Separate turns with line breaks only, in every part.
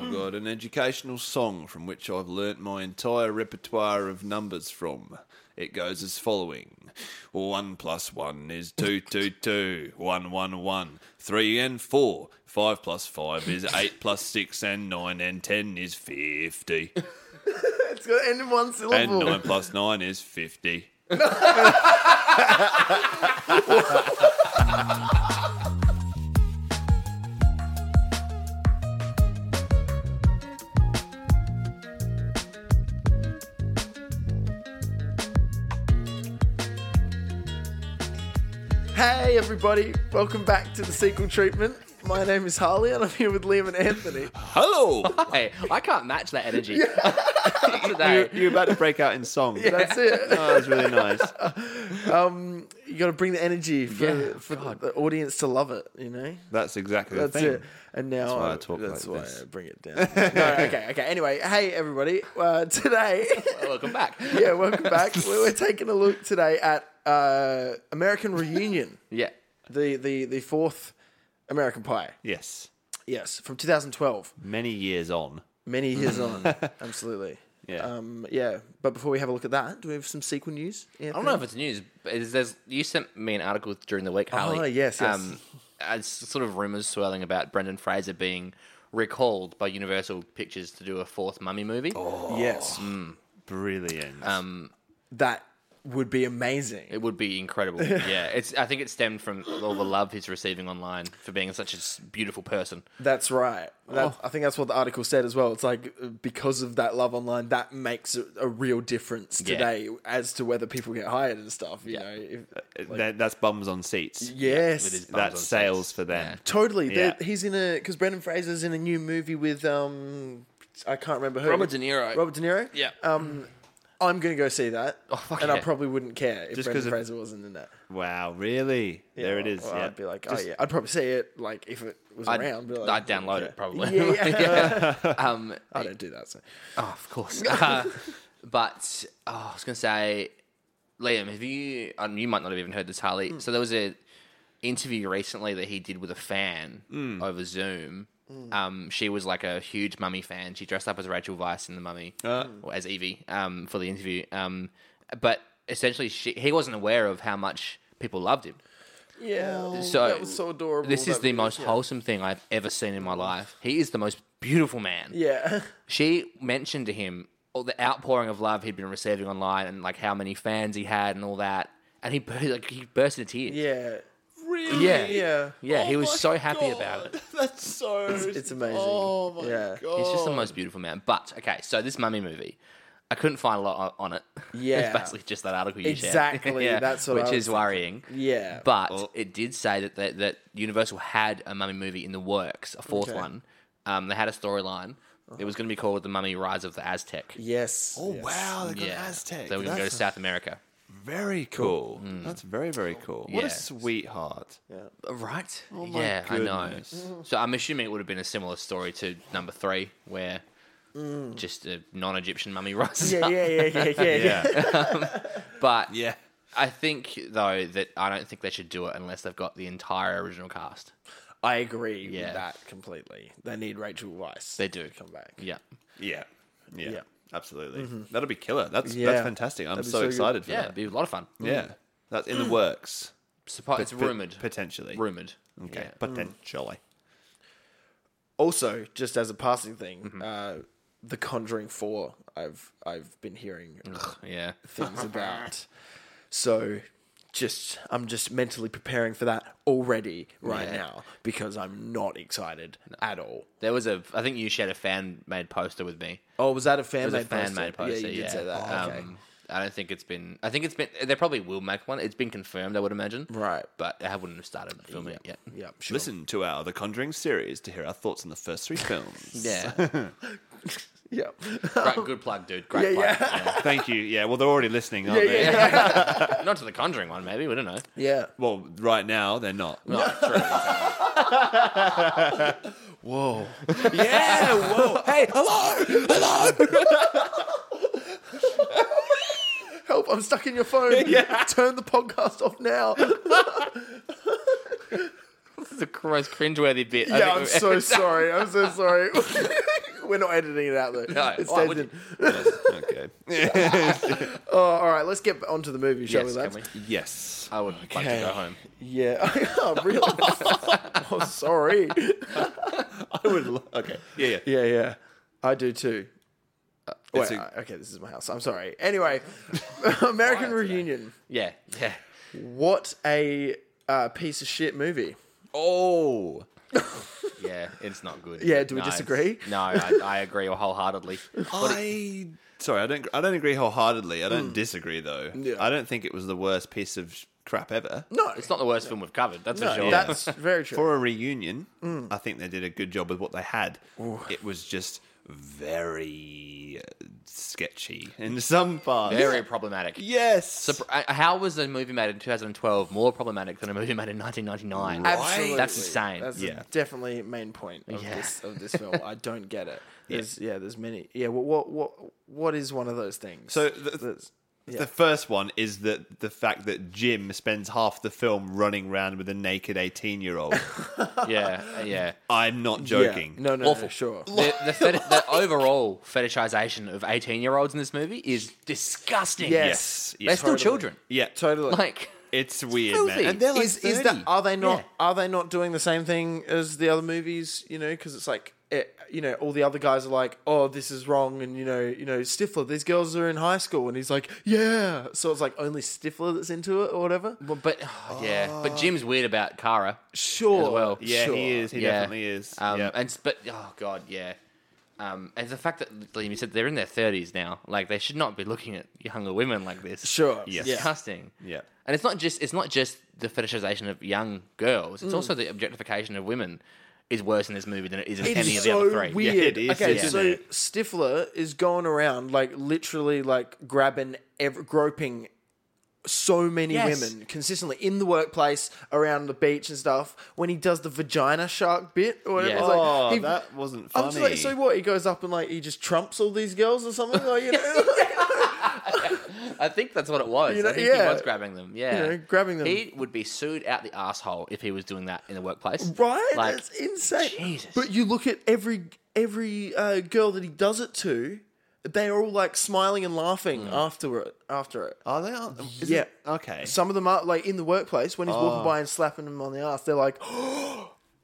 I've got an educational song from which I've learnt my entire repertoire of numbers from. It goes as following. One plus one is two, two, two. One, one, one. Three and four. Five plus five is eight plus six and nine and ten is fifty.
It's got to end in one
And
syllable.
nine plus nine is fifty.
Hey, everybody. Welcome back to the sequel treatment. My name is Harley, and I'm here with Liam and Anthony.
Hello.
Hey, I can't match that energy today.
You're about to break out in song.
That's it.
Oh, that was really nice.
You got to bring the energy for,
Yeah,
for the audience to love it. You know.
That's exactly
That's
the thing.
it. And now
why I
I-
talk
that's
like
why
this.
I bring it down. no, okay, okay. Anyway, hey everybody. Uh, today,
Welcome back.
yeah, welcome back. We We're taking a look today at uh, American Reunion,
Yeah.
the the the fourth American Pie.
Yes.
Yes, from 2012.
Many years on.
Many years on. Absolutely.
Yeah.
Um, yeah. But before we have a look at that, do we have some sequel news?
I don't know if it's news, but is there's, you sent me an article during the week, Harley.
Oh,
Um,
yes, yes.
as sort of rumors swirling about Brendan Fraser being recalled by Universal Pictures to do a fourth Mummy movie.
Oh. Yes.
Brilliant.
Um, That would be amazing.
It would be incredible. yeah, it's. I think it stemmed from all the love he's receiving online for being such a s- beautiful person.
That's right.
Oh.
That, I think that's what the article said as well. It's like uh, because of that love online, that makes a, a real difference
Yeah.
today as to whether people get hired and stuff. You
Yeah. Uh,
know, if,
that, that's bums on seats.
yes,
It is bums on
That's
seats.
sales for them.
totally. They're-
Yeah.
He's in a because Brendan Fraser's in a new movie with um, I can't remember who.
Robert De Niro.
Robert De Niro.
Yeah.
Um, I'm gonna go see that, oh,
fuck
and I
yeah.
probably wouldn't care if
'cause
Brendan
of-
Fraser wasn't in that.
Wow, really? there it
Well,
is.
well,
yeah.
I'd be like, oh yeah, I'd probably see it like if it was
I'd,
around. but, like,
I'd
I wouldn't
download
care.
it probably.
Yeah, yeah.
Um,
I don't do that. So.
Oh, of course. Uh, but oh, I was going to say, Liam, have you? Um, you might not have even heard this, Harley. So there was a interview recently that he did with a fan over Zoom. Um, she was like a huge Mummy fan. She dressed up as Rachel Weisz in the Mummy, or as Evie, um, for the interview. Um, but essentially, she, he wasn't aware of how much people loved him.
Yeah,
So-
Oh, that was so adorable.
This is
that
the
video.
most wholesome thing I've ever seen in my life. He is the most beautiful man.
Yeah,
she mentioned to him all the outpouring of love he'd been receiving online and like how many fans he had and all that. And he bur- like he burst into tears.
yeah,
really? Oh
Yeah.
yeah. Oh
Yeah, he was so happy about it.
That's so. Oh
It's amazing. yeah.
He's just the most beautiful man. But okay, so this mummy movie, I couldn't find a lot o- on it.
Yeah.
it's basically just that article you shared.
Exactly, that's what I
which
was
is worrying.
Yeah.
but it did say that, that that Universal had a mummy movie in the works, a fourth
Okay. Uh-huh.
one. Um, they had a storyline. It was going to be called The Mummy: Rise of the Aztec.
Yes.
Oh
yes.
wow, they got
Yeah,
Aztec.
They were going to go Hmm. to
That's
South America.
very cool. That's very very cool. What
Yeah.
a sweetheart.
Right?
Oh my
yeah, I know.
goodness.
So I'm assuming it would have been a similar story to number three, where
Mm.
just a non-Egyptian mummy rises
Yeah,
up.
yeah, yeah, yeah, yeah, yeah.
But
yeah.
I think though that I don't think they should do it unless they've got the entire original cast.
I agree
Yeah.
with that completely. They need Rachel Weisz.
They do.
to come back.
Yeah.
Yeah. Yeah.
Yeah.
Absolutely. That'll be killer. That's that's
Mm-hmm. Yeah.
fantastic. I'm
That'd be
so,
so good. Mm.
excited for
Yeah, it'd
that.
be a lot of fun.
Yeah. That's in the works.
Suppo- it's
Pot-
rumored.
potentially.
rumored.
Okay.
Yeah.
Mm.
Potentially.
Also, just as a passing thing,
Mm-hmm.
uh, The Conjuring Four. I've I've been hearing
Yeah.
things about. So just I'm just mentally preparing for that already right
Yeah.
now because I'm not excited at all.
There was a. I think you shared a fan made poster with me.
Oh, was that a fan
It was a
made
fan
poster?
made poster.
Yeah, you did say that. okay.
Um, I don't think it's been. I think it's been. They probably will make one. It's been confirmed. I would imagine.
Right.
But I wouldn't have started filming it yet.
Yeah, sure.
Listen to our The Conjuring series to hear our thoughts on the first three films.
Yeah.
Yeah.
Great, good plug, dude. Great
Yeah,
plug.
Thank you. Yeah. Well, they're already listening, aren't they?
Yeah. Not to the Conjuring one, maybe. We don't know.
yeah.
Well, right now they're not.
No, true.
Yeah, whoa. Hey, hello.
Help, I'm stuck in your phone. Turn the podcast off now.
This is the most cringeworthy bit. I
yeah,
think
I'm
we've
so
ever-
sorry. I'm so sorry. We're not editing it out though.
No.
It
Why
stays
would
in.
okay.
Oh, all right. Let's get onto the movie, shall
Yes,
we,
can
lads?
we?
yes.
I would like to
Okay.
go home.
Yeah. oh, really? oh, sorry.
I would. Lo- okay. Yeah. yeah.
Yeah, yeah. I do too. Uh,
It's
wait,
a-
I- okay, this is my house. I'm sorry. Anyway, American Reunion.
Yeah, yeah.
What a uh, piece of shit movie.
Oh.
Yeah, it's not good.
Yeah, do we
No.
disagree?
No, I, I agree wholeheartedly.
I sorry, I don't. I don't agree wholeheartedly. I
Mm.
don't disagree though.
Yeah.
I don't think it was the worst piece of sh- crap ever.
No,
It's not the worst film we've covered, that's
no,
for sure.
that's very true.
For a reunion,
Mm.
I think they did a good job with what they had. It was just very uh, sketchy in some parts.
Very problematic.
Yes.
Uh, How was a movie made in 2012 more problematic than a movie made in 1999?
Absolutely,
That's insane.
That's
Yeah.
definitely main point of
Yeah.
this of this film. I don't get it. There's, yeah. there's many. Yeah, what what what what is one of those things?
So the-
That's-
The first one is that the fact that Jim spends half the film running around with a naked 18 year old.
yeah, yeah.
I'm not
yeah.
joking.
No, no, no,
Awful.
sure.
The, the, feti- the overall fetishization of 18 year olds in this movie is disgusting.
Yes,
Yes.
They're still
totally.
children.
Yeah.
Totally.
Like,
It's weird,
filthy.
man. And they're like
is is that
30.
are they not
Yeah.
are they not doing the same thing as the other movies? You know, because it's like it, you know all the other guys are like, oh, this is wrong, and you know, you know, Stifler, these girls are in high school, and he's like, yeah. So it's like only Stifler that's into it or whatever.
but, but yeah.
Oh.
But Jim's weird about Kara.
Sure.
As well.
Yeah,
sure.
he is. He
yeah.
definitely is.
Um,
yeah.
And s- but oh god, yeah. Um, and the fact that like you said they're in their thirties now, like they should not be looking at younger women like this.
Sure.
Yes.
Yeah.
disgusting.
Yeah.
and it's not just it's not just the fetishization of young girls;
Mm.
it's also the objectification of women is worse in this movie than it is in
It
any
is
of the other
so
three.
weird.
Yeah, it is,
okay,
isn't
so
it?
Stifler is going around like literally like grabbing, ev- groping so many
Yes.
women consistently in the workplace, around the beach and stuff. When he does the vagina shark bit or whatever,
Yeah.
it's like,
oh,
he-
that wasn't
I'm
funny.
just like, so what? He goes up and like he just trumps all these girls or something, like you know,
I think that's what it was.
You know,
I think
yeah.
he was grabbing them. Yeah,
You know, grabbing them.
He would be sued out the asshole if he was doing that in the workplace.
right?
Like,
That's insane.
Jesus.
But you look at every every uh, girl that he does it to, they are all like smiling and laughing
Mm.
after it. After it.
Are they? All, is
Yeah.
It, okay.
Some of them are like in the workplace when he's
Oh.
walking by and slapping him on the ass. They're like,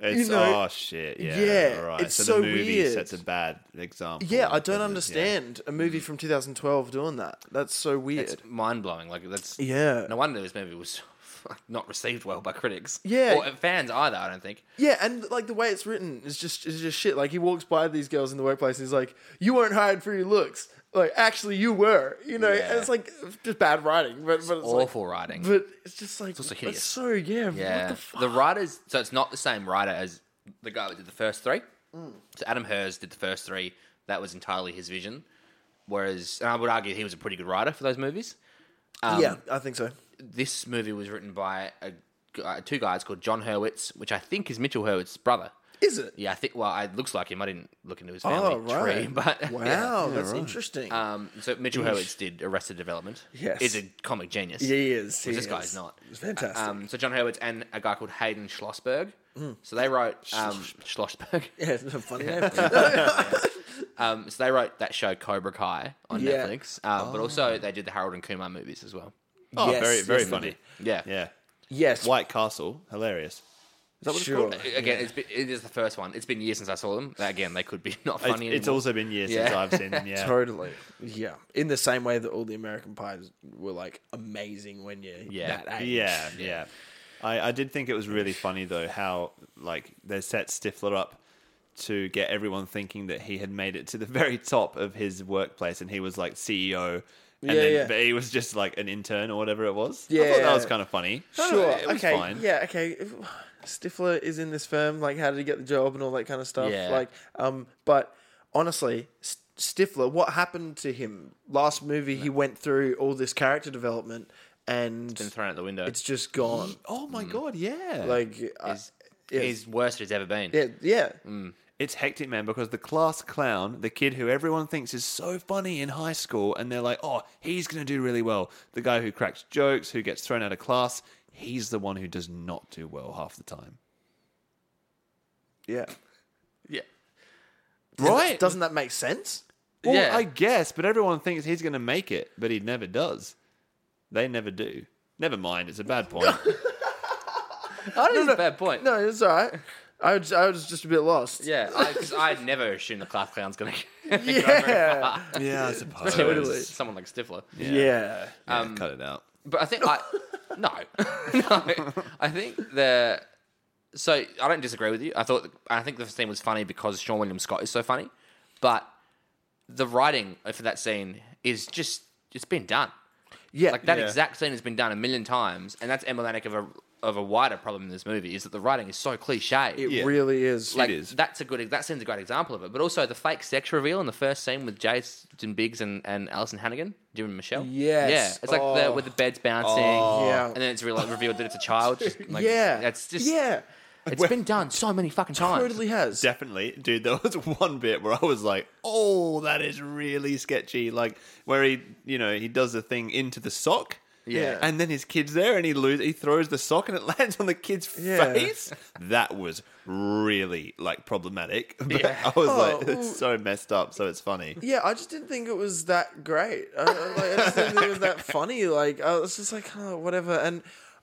It's,
know-
oh shit. Yeah.
Yeah,
All right.
it's
so,
so
the movie
weird.
sets a bad example.
"Yeah, I don't
Yeah.
understand a movie from 2012 doing that. That's so weird."
It's mind blowing. Like that's
Yeah.
No wonder this movie was not received well by critics.
Yeah.
or fans either. I don't think.
yeah, and like the way it's written is just is just shit. Like he walks by these girls in the workplace and he's like, "You weren't hired for your looks. Like actually, you were." You know,
Yeah.
and it's like just bad writing, but but it's like-
Awful writing.
but it's just like it's
also hideous.
so yeah.
yeah,
What the
the,
fuck?
writers. So it's not the same writer as the guy that did the first three.
Mm.
So Adam Hers did the first three. That was entirely his vision. Whereas, and I would argue he was a pretty good writer for those movies. Um,
yeah, I think so.
This movie was written by a, gu- uh, two guys called John Hurwitz, which I think is Mitchell Hurwitz's brother.
Is it?
Yeah, I think. Well, it looks like him. I didn't look into his family
Oh right.
tree, but
wow,
yeah.
that's interesting.
Um, so Mitchell Hurwitz did Arrested Development.
Yes.
is a comic genius.
he is.
Whereas
he
this guy's
is.
not.
It's fantastic.
Um, so John Hurwitz and a guy called Hayden Schlossberg.
Mm.
So they wrote um, Schlossberg.
yeah, it's a funny name.
Um, so they wrote that show Cobra Kai on
Yeah. Oh.
Netflix. Um, But also they did the Harold and Kumar movies as well.
Oh,
Yes,
very, very
yes, they
funny.
Yeah.
Yeah.
Yes.
White Castle, hilarious. Is that what
Sure.
it's called?
Again, it's been, it is the first one. It's been years since I saw them. Again, they could be not
It's,
funny.
it's
anymore.
also been years since
Yeah.
I've seen them. Yeah.
Totally. Yeah. In the same way that all the American pies were like amazing when you're
Yeah.
that age.
Yeah, yeah. I, I did think it was really funny though how like they set Stifler up to get everyone thinking that he had made it to the very top of his workplace and he was like CEO. And
Yeah,
then,
yeah.
But he was just like an intern or whatever it was. I thought that was
Yeah.
kind of funny.
Sure.
It was
okay.
fine.
Yeah. Okay. If- Stifler is in this firm. Like, how did he get the job and all that kind of stuff?
Yeah.
Like, um, but honestly, S- Stifler, what happened to him? Last movie, he went through all this character development, and
been thrown out the window.
it's just gone.
Oh my god, yeah.
Like, I,
He's,
uh, yes.
he's worse than he's ever been.
yeah, yeah.
Mm.
it's hectic, man, because the class clown, the kid who everyone thinks is so funny in high school, and they're like, oh, he's going to do really well. The guy who cracks jokes, who gets thrown out of class, he's the one who does not do well half the time.
yeah.
Yeah.
Right?
Doesn't that make sense?
Well,
Yeah.
I guess, but everyone thinks he's going to make it, but he never does. They never do. Never mind, it's a bad point.
I don't a bad point.
No, it's all right. I was, I was just a bit lost.
Yeah, because I'd never assume the class clown's gonna.
Yeah.
yeah, I suppose.
Especially when
Totally.
it's someone like Stifler.
Yeah.
Yeah, cut it out.
But I think I no, no. I think the so I don't disagree with you. I thought I think the scene was funny because Sean William Scott is so funny, but the writing for that scene is just it's been done.
Yeah.
Like that
Yeah.
exact scene has been done a million times, and that's emblematic of a of a wider problem in this movie is that the writing is so cliche.
it
yeah.
really is.
like
is.
that's a good that scene's a great example of it. But also the fake sex reveal in the first scene with Jason Biggs and, and Alison Hannigan, Jim and Michelle.
Yes.
Yeah. It's like the,
Oh.
with the beds bouncing.
Yeah.
And then it's real, revealed that it's a child. Just, like,
yeah.
That's just
Yeah.
It's been done so many fucking times.
Totally has.
Definitely, dude. There was one bit where I was like, "Oh, that is really sketchy." Like where he, you know, he does the thing into the sock.
Yeah.
And then his kid's there, and he lose. He throws the sock, and it lands on the kid's
Yeah.
face. That was really like problematic. But
Yeah.
I was
Oh,
like,
well-
"It's so messed up." So it's funny.
Yeah, I just didn't think it was that great. I, I- like, I just didn't think it was that funny. Like I was just like, oh, whatever. And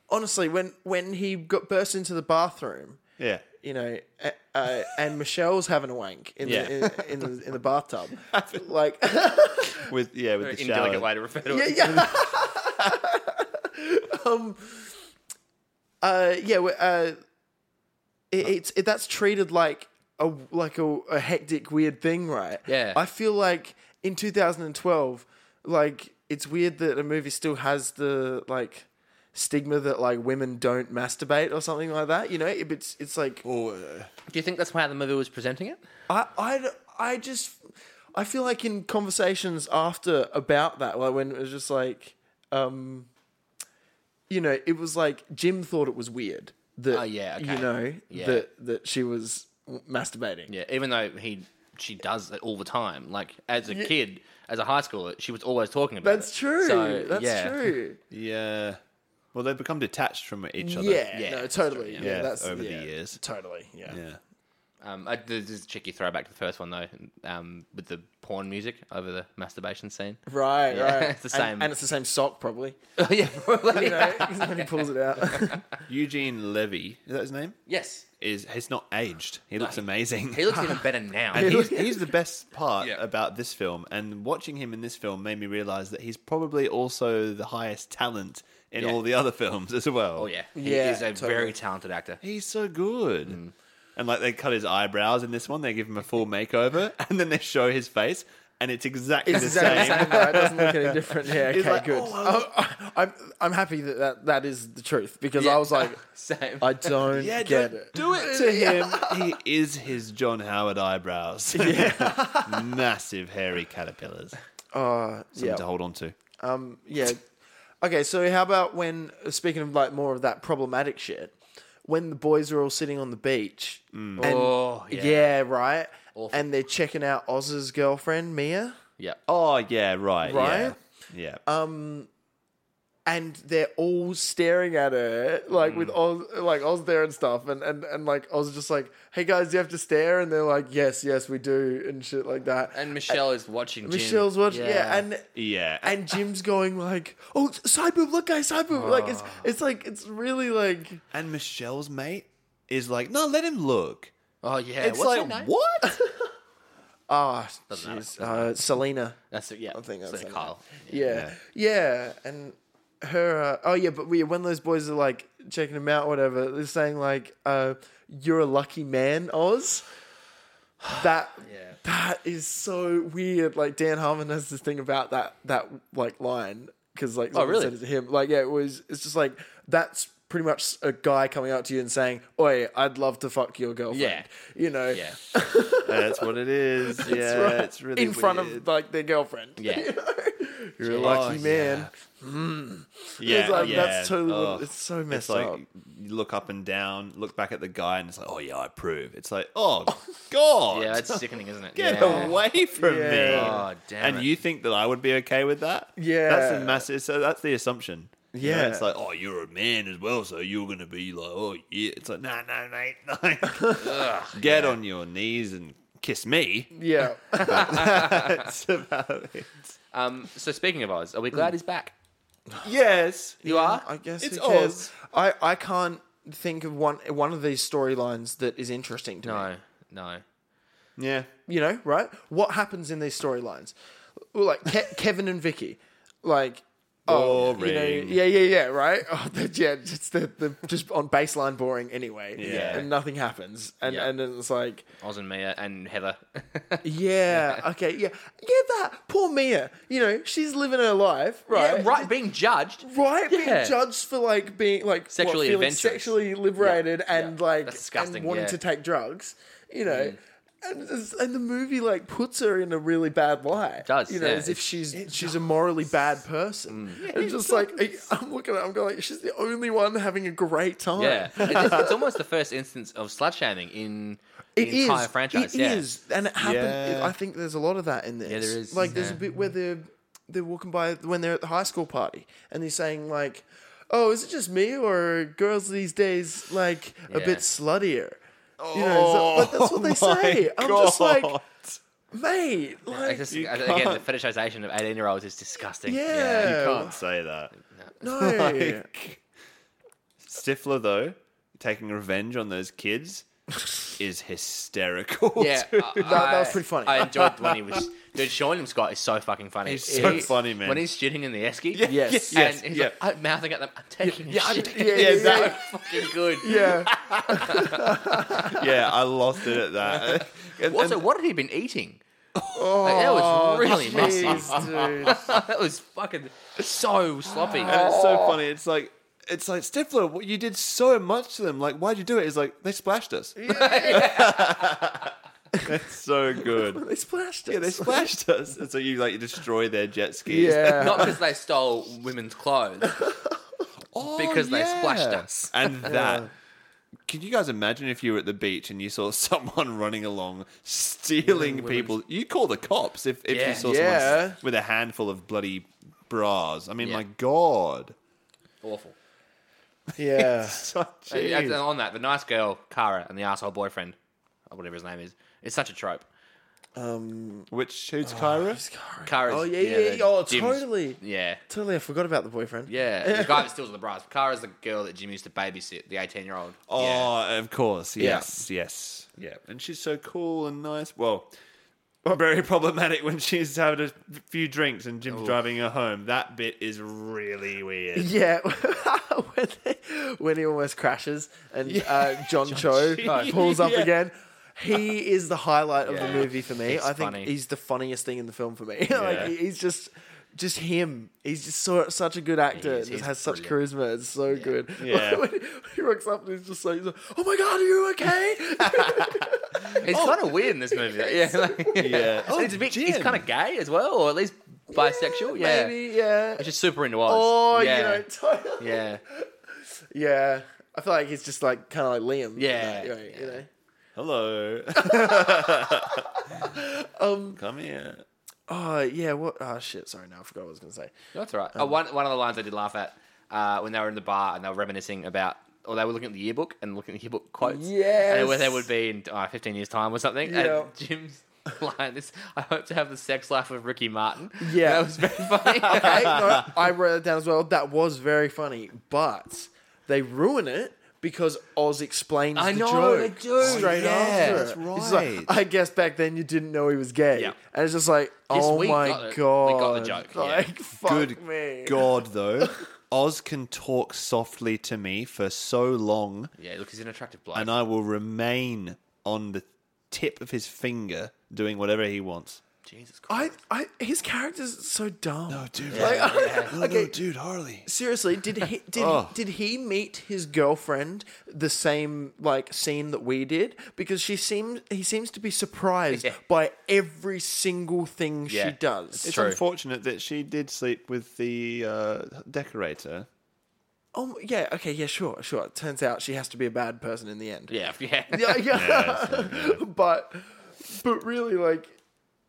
honestly, when when he got burst into the bathroom,
Yeah.
you know, uh, uh, and Michelle's having a wank in
Yeah.
the in, in the in the bathtub, like
With yeah, with the shower.
Indelicate way to refer to
yeah,
it.
yeah. um, uh, yeah, we- uh, it, it's it, that's treated like a like a, a hectic, weird thing, right?
Yeah.
I feel like in 2012, like it's weird that a movie still has the like stigma that like women don't masturbate or something like that. You know, If it's it's like
Do you think that's how the movie was presenting it?
I, I, I just, I feel like in conversations after about that, like when it was just like, um, you know, it was like Jim thought it was weird that,
Oh, yeah, okay.
you know,
Yeah.
that that she was masturbating.
Yeah, even though he she does it all the time. Like as a kid, as a high schooler, she was always talking about
That's
it.
true.
So,
That's
yeah.
true.
Yeah. Well, they've become detached from each other.
Yeah,
Yeah,
no,
that's
totally. Yeah,
Yeah,
that's
over
yeah,
the years.
Totally. Yeah.
Yeah.
Um, I, this is a cheeky throwback to the first one though, um, with the porn music over the masturbation scene.
Right.
Yeah,
Right.
it's the
And-
same.
and, it's the same sock probably.
Oh yeah, probably.
You know, when he pulls it out.
Eugene Levy is that his name?
yes.
Is he's not aged. He looks amazing.
He looks even better now.
And he's, he's the best part
Yeah.
about this film. And watching him in this film made me realize that he's probably also the highest talent in
Yeah.
all the other films as well.
oh yeah, he
Yeah,
is a
totally.
very talented actor.
He's so good.
Mm.
And like they cut his eyebrows in this one, they give him a full makeover, and then they show his face, and it's exactly
It's
the
exactly
same.
the same, right? It doesn't look any different. Yeah, okay,
He's like,
good.
"Oh,
I'm, I'm, I'm happy that, that that is the truth because
Yeah.
I was like,
Same.
I don't
Yeah,
get
do
it.
do it to him. he is his John Howard eyebrows. Massive hairy caterpillars.
Uh,
Something
yeah,
to hold on to.
um, yeah. Okay, so how about when speaking of like more of that problematic shit, when the boys are all sitting on the beach, and
Oh, yeah.
yeah. right,
Awful.
and they're checking out Oz's girlfriend Mia,
yeah.
Oh yeah, right.
Right? Um,
Yeah. yeah.
and they're all staring at her like with
Mm.
Oz like Oz there and stuff and, and and like Oz just like hey guys do you have to stare and they're like yes yes we do and shit like that
And Michelle is watching. Jim.
Michelle's watching yeah. and
yeah.
and Jim's going like oh side boob look guys side boob like
Ah.
it's it's like it's really like
And Michelle's mate is like, no, let him look.
oh yeah,
It's
what's her
like,
name?
what?
ah
matter,
jeez uh, Selena
That's it. Yeah, I
think
so
that's it.
Kyle.
yeah yeah and her uh, oh yeah but we, when those boys are like checking him out whatever they're saying like uh, you're a lucky man Oz that
Yeah.
that is so weird like Dan Harmon has this thing about that that like line because like someone
really?
said it to him like yeah it was it's just like that's pretty much a guy coming up to you and saying oi I'd love to fuck your girlfriend
Yeah.
you know
Yeah,
That's what it is. Yeah,
It's right
it's really
in front
weird.
of like their girlfriend
yeah.
you're a
Jeez.
lucky
Oh, yeah.
man
yeah,
it's like,
yeah.
that's totally what-
Ugh.
it's so
It's
messed
like
up.
you look up and down, look back at the guy, and it's like, oh yeah, I approve. It's like, oh god,
Yeah, it's sickening, isn't it?
get
yeah.
away from me.
Yeah.
Oh, damn
and
it.
you think that I would be okay with that?
Yeah.
that's the massive. So that's the assumption. You know,
Yeah.
it's like, oh, you're a man as well, so you're gonna be like, oh yeah. It's like, no, no, mate, no. get on your knees and kiss me.
Yeah.
That's about it.
Um, so speaking of Oz, are we glad he's back?
Yes.
You are.
I guess
It's
who cares?
Oz.
I, I can't think of one one of these storylines that is interesting to me.
No, no.
Yeah.
you know, right? What happens in these storylines? Well, like Ke- Kevin and Vicky, like. Oh, you know,
Boring.
yeah, yeah, yeah, right. Oh, they're, yeah, just the, the just on baseline boring anyway.
Yeah.
and nothing happens, and
Yeah.
and then it's like,
Oz and Mia and Heather.
yeah, okay, yeah, yeah. That poor Mia, you know, she's living her life, right?
Yeah, right, being judged.
right
Yeah.
being judged for like being like what,
Sexually
feeling
adventurous.
sexually liberated and like
That's disgusting,
and wanting
yeah. Mm.
to take drugs you know and, it's- and the movie like puts her in a really bad light
does,
you know
yeah. Mm.
as if she's she's a morally bad person and just like I- i'm looking at it, i'm going like, she's the only one having a great time
Yeah, it's, it's almost the first instance of slut shaming in
It
the
is.
entire franchise.
It
yeah.
is. and it happened. it-
Yeah.
I think there's a lot of that in this.
Yeah, there is,
Like, there's a
yeah.
bit where they're they're walking by when they're at the high school party, and they're saying like, "Oh, is it just me or are girls these days like a
Yeah.
bit sluttier?" You know,
Oh
so- like, that's what they say. I'm just like, mate,
It's
like,
just-
You
again, the
can't.
fetishization of eighteen-year-olds is disgusting.
yeah,
can't say that.
no,
Like, Stifler though, taking revenge on those kids is hysterical.
Yeah,
too.
I-
that was
I-
pretty funny.
I enjoyed when he was. Dude, Sean and Scott is so fucking funny.
He's so funny, man.
When he's shitting in the esky,
Yes. yes,
yes,
and he's
yeah.
like, I'm mouthing at them. I'm taking a shit.
yeah, yeah, yeah,
that-
yeah.
fucking good.
yeah.
yeah, I lost it at that. And-
Also,
and
what had he been eating?
Oh,
that was really messy.
messy, dude.
that was fucking so sloppy.
and
Oh.
it's so funny. It's like it's like Stifler, what- you did so much to them. Like, why'd you do it? It's like they splashed us. That's so good.
They splashed us.
Yeah, they splashed us. And so you like destroy their jet skis.
yeah.
Not because they stole women's clothes.
Oh,
Because they splashed
yeah.
us.
And that. Can you guys imagine if you were at the beach and you saw someone running along stealing people? You call the cops if, if
Yeah.
you saw someone
Yeah.
s- with a handful of bloody bras. I mean,
Yeah.
my God.
Awful.
yeah.
Such
And- and
a-
on that, the nice girl, Kara, and the asshole boyfriend, or whatever his name is, it's such a trope.
Which, who's Kyra?
Kara's.
Um, Oh, yeah, yeah,
the
yeah. Oh,
Jim's-
totally.
Yeah.
Totally, I forgot about the boyfriend.
Yeah, the guy that steals the bras. Kara's the girl that Jim used to babysit, the 18 year old.
Oh, of course. Yes, yes. Yeah. And she's so cool and nice. Well, very problematic when she's having a few drinks and Jim's driving her home. That bit is really weird.
Yeah, when, they, when he almost crashes and uh, John, Cho
Cho.
pulls up
Yeah.
again. He is the highlight of
Yeah.
the movie for me.
It's
I think
funny.
he's the funniest thing in the film for me.
Yeah.
like he- he's just just him. He's just so, such a good actor.
He
and
is.
just
He's
has such
brilliant.
charisma. It's so good.
Yeah.
when he, when he walks up and he's just like, he's like, "Oh my god, are you okay?"
Yeah.
Oh.
It's kind of weird in this movie. Yeah, like,
Yeah.
And it's a bit, he's
Jim.
kind of gay as well, or at least bisexual. Yeah,
maybe. Yeah.
it's just super into Oz.
Oh,
yeah.
you know, totally.
yeah,
Yeah. I feel like he's just like kind of like Liam.
Yeah,
You know, you know.
Hello. um, Come here.
Oh, yeah. What? Oh, shit. Sorry. Now I forgot what I was going to say.
that's all right. Oh, one one of the lines I did laugh at uh, when they were in the bar and they were reminiscing about. Or they were looking at the yearbook and looking at the yearbook quotes. And where they
Yes.
would be in uh, 15 years' time or something.
Yeah.
And Jim's line is, I hope to have the sex life of Ricky Martin.
Yeah.
That was very funny.
Okay. no, I wrote that down as well. That was very funny, but they ruin it because Oz explains
I
the
know, they
joke
do. Oh,
straight
Yeah,
after.
that's
it. He's like,
right.
I guess back then you didn't know he was gay.
Yeah.
And it's just like,
Yes,
oh
we
my
got it. We
god,
got the joke, yeah.
Like, fuck
Good
me.
God, though. Oz can talk softly to me for so long,
yeah, look, he's an attractive bloke.
and I will remain on the tip of his finger doing whatever he wants.
Jesus Christ.
I, I, his character's so dumb.
dude.
Like, okay,
dude, Harley.
Seriously, did he did
Oh.
he, did he meet his girlfriend the same like scene that we did? Because she seems he seems to be surprised
Yeah.
by every single thing
Yeah.
she does.
It's
True.
unfortunate that she did sleep with the uh, decorator.
oh yeah, okay, yeah, sure, sure. It turns out she has to be a bad person in the end.
yeah, yeah.
yeah, yeah. but but really, like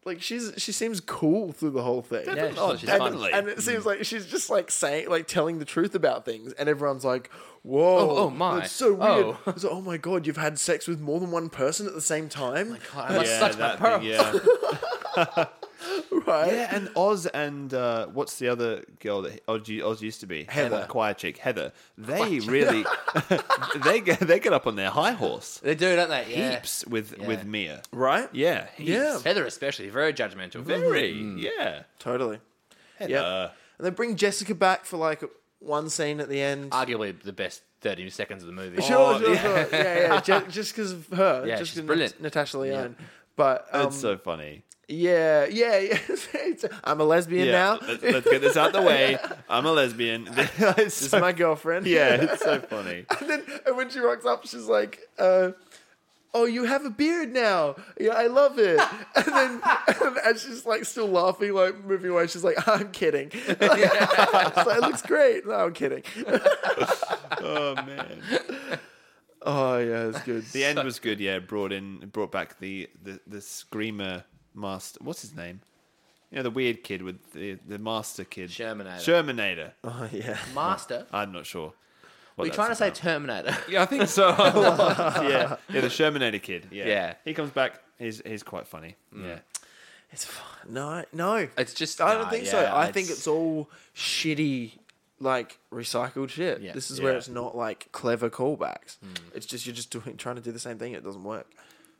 Like she's she seems cool through the whole thing.
Yeah, she's-
Oh,
she's fun.
definitely.
And it seems like she's just like saying, like telling the truth about things, and everyone's like, "Whoa,
Oh, oh my.
that's so weird."
Oh.
It's like, oh my god, you've had sex with more than one person at the same time,
God, I must
yeah,
suck Oh my
that thing,
pearls.
yeah.
right?
yeah, and Oz and uh, what's the other girl that Oz, u- Oz used to be?
Heather.
Hannah, choir chick. Heather. They really they get, they get up on their high horse
They do, don't they? Yeah.
heaps with
Yeah.
with Mia.
Right?
Yeah, heaps.
Yeah.
Heather especially, very mm, judgmental.
very yeah.
Totally. Yeah.
Heather.
And they bring Jessica back for like one scene at the end.
Arguably the best 30 seconds of the movie.
Sure,
Oh,
sure,
yeah.
sure. Yeah, yeah. Just, just because of her.
Yeah,
just
she's
'cause Nat-
brilliant.
Natasha Leone. But um,
That's so funny.
yeah, yeah, yeah. It's- I'm a lesbian
Yeah,
now.
let's, let's get this out the way. I'm a lesbian. It's
This
so-
is my girlfriend.
yeah, it's so funny.
and then and when she rocks up, she's like, uh, "Oh, you have a beard now. Yeah, I love it." and then and, and she's like still laughing, like moving away. She's like, "I'm kidding." She's like, it looks great. No, I'm kidding.
Oh man.
Oh yeah, it's good.
The end was good, yeah. Brought in, brought back the the, the screamer master. What's his name? You know the weird kid with the the master kid.
Shermanator.
Shermanator.
Oh yeah.
Master.
I'm not sure. What
We're
that's
trying to say
about.
Terminator.
yeah, I think so. yeah, yeah, the Shermanator kid. Yeah,
Yeah. Mm.
He comes back. He's he's quite funny. Yeah.
It's fine. No, no.
It's just-
I don't
nah,
think so.
yeah,
I think
it's-
it's all shitty, like recycled shit.
Yeah. Hmm.
This is where
Yeah.
it's not like clever callbacks. It's just you're just doing trying to do the same thing. It doesn't work.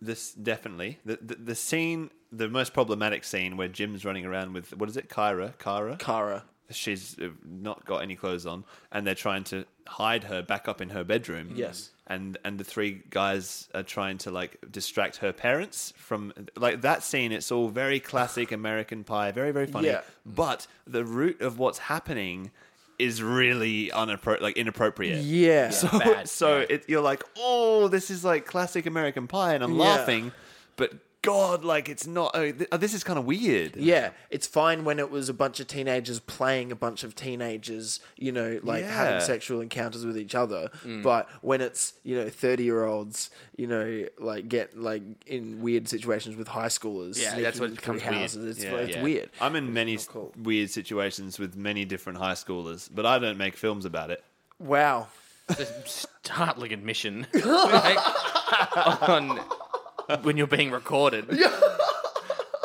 This definitely the, the the scene, the most problematic scene where Jim's running around with what is it, Kyra? Kyra.
Kara.
she's uh, not got any clothes on, and they're trying to hide her back up in her bedroom.
Yes.
and and the three guys are trying to like distract her parents from like that scene. It's all very classic American Pie, very very funny.
Yeah.
but the root of what's happening is really unappro- like inappropriate.
Yeah.
So
bad,
so
yeah.
it, you're like, oh, this is like classic American Pie, and I'm
Yeah.
laughing, but. God, like it's not. Oh, th- oh, this is kind of weird.
Yeah, it's fine when it was a bunch of teenagers playing a bunch of teenagers, you know, like
Yeah.
having sexual encounters with each other.
Hmm.
But when it's you know thirty year olds, you know, like get like in weird situations with high schoolers,
Yeah, that's
sneaking
when it
through
becomes weird.
houses, It's,
Yeah.
it's
Yeah.
weird.
I'm in many s-
cool.
weird situations with many different high schoolers, but I don't make films about it.
Wow.
It's a startling admission. Like, on when you're being recorded.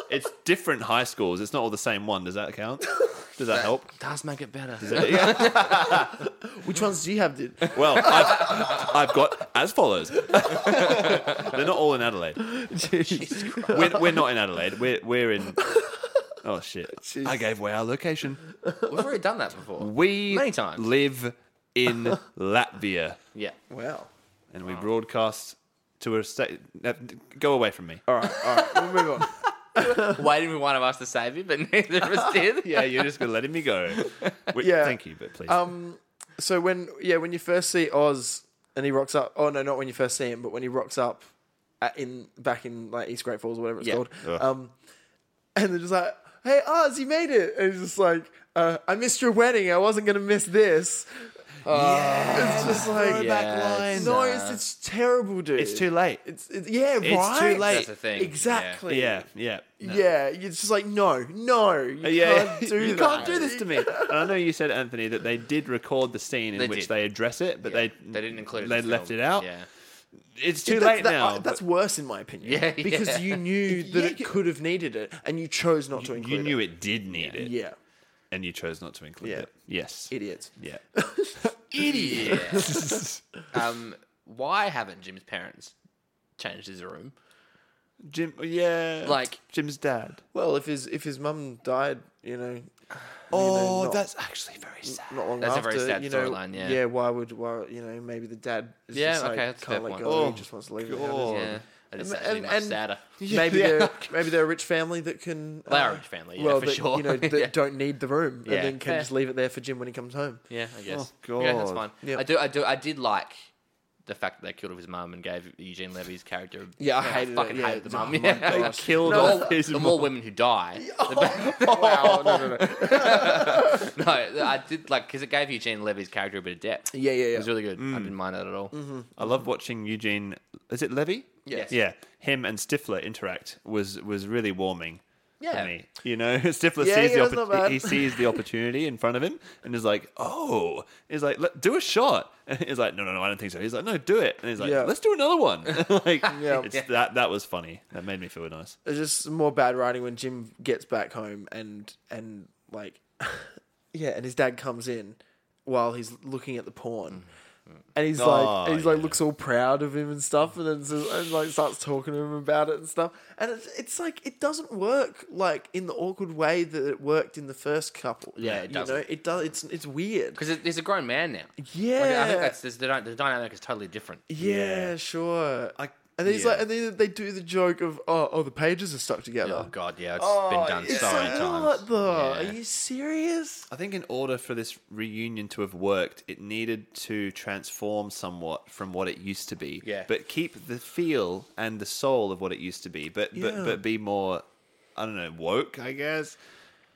It's different high schools. It's not all the same one. Does that count? Does that help?
Does make it better.
Which ones do you have? Dude?
Well, I've, I've got as follows. They're not all in Adelaide. We're, we're not in Adelaide. We're, we're in. Oh, shit. I gave away our location.
We've already done that before.
We
Many times.
live in Latvia
yeah.
Wow.
and we broadcast to a state. Go away from me.
All right. All right. We'll move on.
Waiting for one of us to save you, but neither of us did.
Yeah, you're just gonna letting me go. Wait,
Yeah.
Thank you, but please.
Um. So when yeah, when you first see Oz and he rocks up. Oh no, not when you first see him, but when he rocks up at, in back in like East Great Falls, whatever it's
Yeah.
called.
Ugh.
Um, and they're just like, "Hey Oz, you made it!" And he's just like, uh, "I missed your wedding. I wasn't gonna miss this." Uh,
yeah,
It's just like,
throwback
Yeah,
line.
no, it's, it's terrible, dude.
it's too late.
It's, it's yeah, right.
too late. That's
the thing, yeah.
Exactly.
Yeah, yeah. No.
Yeah, you're just like no, no, you
Yeah,
can't do
you
that.
can't do this to me. And I know you said, Anthony, that they did record the scene in
They
which
did.
they address it, but they
They didn't include it. in
They
the
left
film.
it out.
Yeah.
It's too
That's-
late
that-
now.
I- that's worse in my opinion.
Yeah,
because
yeah.
you knew that it could have needed it, and you chose not to
but
include
you knew it did need
it.
it,
Yeah,
and you chose not to include
Yeah.
it. Yes.
idiots.
yeah.
Idiot. um, why haven't Jim's parents changed his room?
Jim. Yeah.
Oh.
Like-
Jim's dad.
Well, if his if his mum died, you know,
Oh,
not-
that's actually very sad.
not long
That's a
after,
very sad
you know,
storyline, yeah.
yeah, why would why you know maybe the dad? Is
Yeah,
just, like,
okay, that's a
can't
fair
let
point.
go.
Oh,
he just wants to leave. it behind.
God.
Yeah. That is
And-
actually
and-
much
and-
sadder.
Maybe
Yeah.
they're maybe they're a rich family that can.
They are
uh,
a rich family, yeah,
well,
for
that,
sure.
You know, that
Yeah.
don't need the room
Yeah.
and then can
Fair.
just leave it there for Jim when he comes home.
Yeah, I guess.
Oh,
Okay, that's
God.
fine.
Yeah.
I do, I do, I did like the fact that they killed off his mum and gave Eugene Levy's character. a-
Yeah, I hated it,
fucking
yeah.
hated the
Oh
mum.
my
yeah,
God.
They killed
No,
off
all,
his
the
mom.
more women who die, the better.
wow, no, no, no.
no, I did like because it gave Eugene Levy's character a bit of depth.
Yeah, yeah, yeah.
It was really good. I didn't mind that at all.
I love watching Eugene. Is it Levy?
Yes.
Yeah, him and Stifler interact was was really warming.
Yeah.
for me. You know, Stifler
Yeah,
sees
yeah,
the
that's not
oppo-
bad.
he sees the opportunity in front of him and is like, "Oh," he's like, Let, "Do a shot." And he's like, "No, no, no, I don't think so." He's like, "No, do it." And he's like,
Yeah.
"Let's do another one." like,
Yeah.
it's, that that was funny. That made me feel nice.
It's just more bad writing when Jim gets back home and and like yeah, and his dad comes in while he's looking at the porn. And he's like,
Oh,
he's like,
yeah.
looks all proud of him and stuff, and then says, and like starts talking to him about it and stuff. And it's, it's like it doesn't work like in the awkward way that it worked in the first couple.
Yeah, it doesn't.
You know, it does. It's it's weird.
Because he's a grown man now.
Yeah,
Like, I think that's there's- the, dy- the dynamic is totally different.
yeah,
Yeah.
sure.
I-
and then he's
yeah.
like, and then they do the joke of, oh, oh, the pages are stuck together.
Oh god, yeah, it's
Oh,
been done
it's
so many
like,
times.
What the?
Yeah.
Are you serious?
I think in order for this reunion to have worked, it needed to transform somewhat from what it used to be.
Yeah.
But keep the feel and the soul of what it used to be, but
Yeah.
but but be more I don't know, woke, I guess.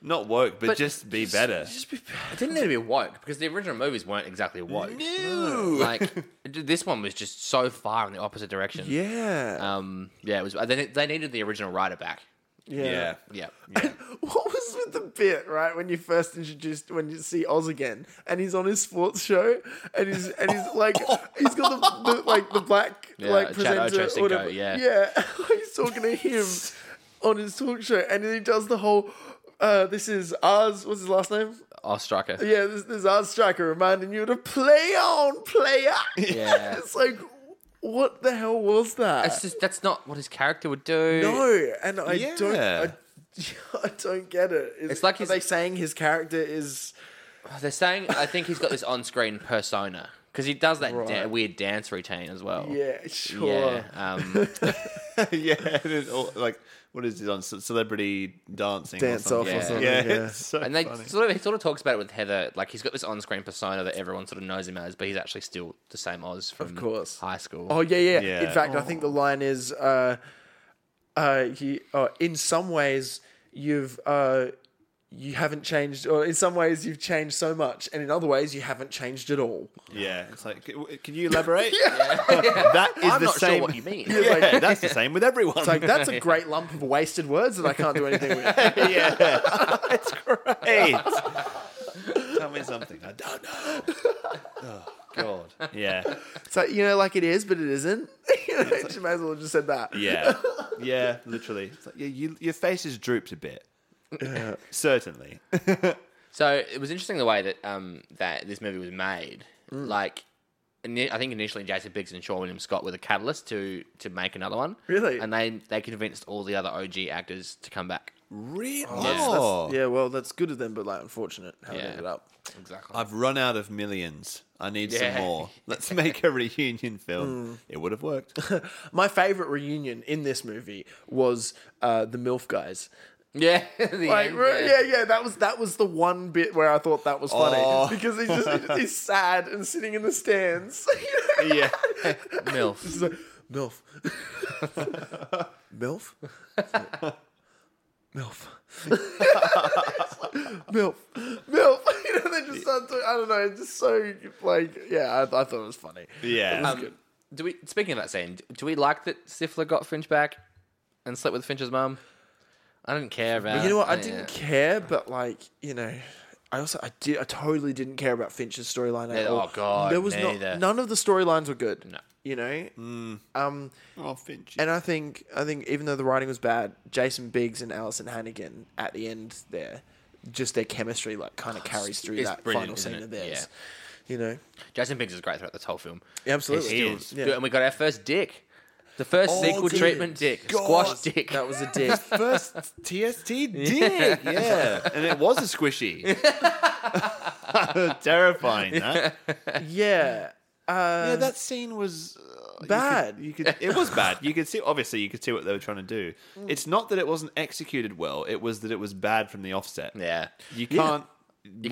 Not woke, but,
But
just be better.
Just be
It didn't need to be woke because the original movies weren't exactly woke.
No.
Like d- this one was just so far in the opposite direction.
yeah.
Um. Yeah. It was. They, they needed the original writer back.
yeah.
yeah.
Yeah.
What was with the bit right when you first introduced when you see Oz again and he's on his sports show and he's and he's like he's got the, the like the black
Yeah,
like
Chad Ochoa
presenter
Cinco,
or whatever.
yeah.
yeah. he's talking to him on his talk show and then he does the whole. Uh, this is Oz. What's his last name?
Oh, Striker.
Yeah, this, this Oz striker reminding you to play on, player.
Yeah.
it's like, what the hell was that?
That's just that's not what his character would do.
No, and I don't.
Yeah.
I, I don't get it. Is-
It's like
are
he's-
they saying his character is.
They're saying I think he's got this on-screen persona because he does that da-
Right.
weird dance routine as well.
Yeah, sure.
Yeah. Um,
yeah, and it's all, like what is it on ce- celebrity dancing?
Dance
or something.
off
or
yeah.
something,
Yeah,
yeah.
it's so
and they
funny.
sort of he sort of talks about it with Heather. Like he's got this on-screen persona that everyone sort of knows him as, but he's actually still the same Oz from of
course.
high school.
Oh yeah, yeah.
Yeah.
In fact, I think the line is, uh, uh, you, uh, in some ways you've uh, you haven't changed, or in some ways you've changed so much, and in other ways you haven't changed at all.
yeah, it's like, "C- w- can you elaborate?
Yeah.
That is
I'm
the
not
same.
sure what you mean.
Yeah, that's the same with everyone.
It's like that's a great lump of wasted words that I can't do anything with.
yeah, it's great. Tell me something I don't know. Oh God. Yeah,
It's like you know, like it is, but it isn't. you know, she might as well have just said that.
yeah, yeah. Literally, it's like, yeah, you, your face is drooped a bit. Certainly.
So it was interesting the way that um that this movie was made.
Mm.
Like, ini- I think initially Jason Biggs and Sean William Scott were the catalyst to to make another one.
Really?
And they they convinced all the other OG actors to come back.
Really? Oh.
Yeah, well, that's good of them, but like unfortunate how they
Yeah.
ended up.
Exactly.
I've run out of millions. I need
Yeah.
some more. Let's make a reunion film. It would have worked.
My favorite reunion in this movie was uh, the MILF guys.
yeah. the
Like,
end,
re- yeah. yeah, that was that was the one bit where I thought that was funny
Oh.
because he's just he's- he's sad and sitting in the stands. You know?
yeah.
Milf.
He's like, MILF, MILF, MILF, MILF, MILF. You know, they just start doing, I don't know, it's just so like yeah. I, I thought it was funny.
Yeah.
Um, do we? Speaking of that scene, d- do we like that Stifler got Finch back and slept with Finch's mum? I didn't care about.
You know what? I
Uh, oh, yeah.
didn't care, but like you know, I also I did I totally didn't care about Finch's storyline at
Yeah,
all.
oh, God,
there was
neither.
not none of the storylines were good.
No. Mm.
you know, um,
oh, Finch.
and I think I think even though the writing was bad, Jason Biggs and Alison Hannigan at the end there, just their chemistry like kind of carries through
it's
that
brilliant,
final
isn't
scene
it?
of theirs. You know,
Jason Biggs is great throughout this whole film.
absolutely.
He
He
is.
Yeah.
And we got our first dick. The first
Oh,
sequel
dude.
treatment dick.
God.
Squash dick.
That was a dick.
First TST dick, yeah, and it was a squishy. Terrifying. That.
yeah.
Yeah,
Uh,
that scene was uh, you
Bad.
could- You could, Mm. it was bad. You could see, obviously, you could see what they were trying to do. It's not that it wasn't executed well; it was that it was bad from the offset.
yeah.
You can't.
You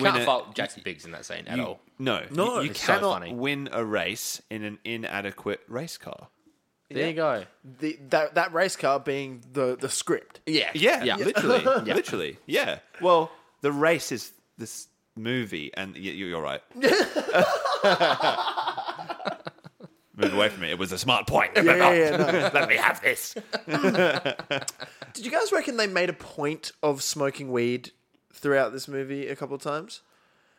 win
can't
a-
fault Jason Biggs in that scene at
you-
all.
No,
No.
You, you
It's so
cannot
funny.
win a race in an inadequate race car.
There you go.
the, that that race car being the the script.
Yeah.
Yeah,
Yeah.
literally,
Yeah.
literally. Yeah. Well, the race is this movie, and y- you- you're right. Move away from it. It was a smart point.
Yeah, yeah, yeah. no.
Let me have this.
Did you guys reckon they made a point of smoking weed throughout this movie a couple of times?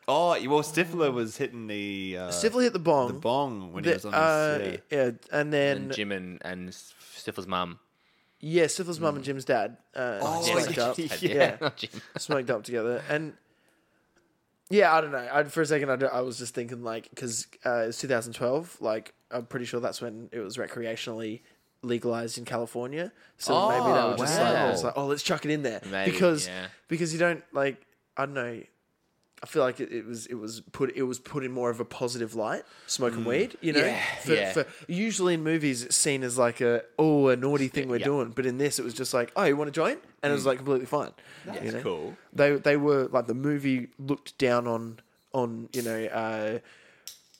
Oh, well, Stifler was hitting the uh,
Stifler hit the bong.
the bong when
The-
he was on
uh,
his. yeah.
yeah. and then
And Jim and, and Stifler's mum.
yeah, Stifler's mum and Jim's dad uh,
Oh,
smoked
yeah.
up,
Yeah.
Not Jim.
smoked up together, and yeah, I don't know. I, for a second, I, d- I was just thinking like because uh, it's 2012, like I'm pretty sure that's when it was recreationally legalized in California. So maybe they
Oh,
were just like,
wow.
it was like, oh, let's chuck it in there
Maybe,
because
yeah.
because you don't like I don't know. I feel like it, it was it was put it was put in more of a positive light, smoking weed. You know,
Mm. Yeah,
for,
yeah.
for usually in movies it's seen as like a oh a naughty thing we're
yeah.
doing, but in this it was just like oh you want to join, and it was like completely fine. That's
Mm. cool.
They they were like the movie looked down on on you know uh,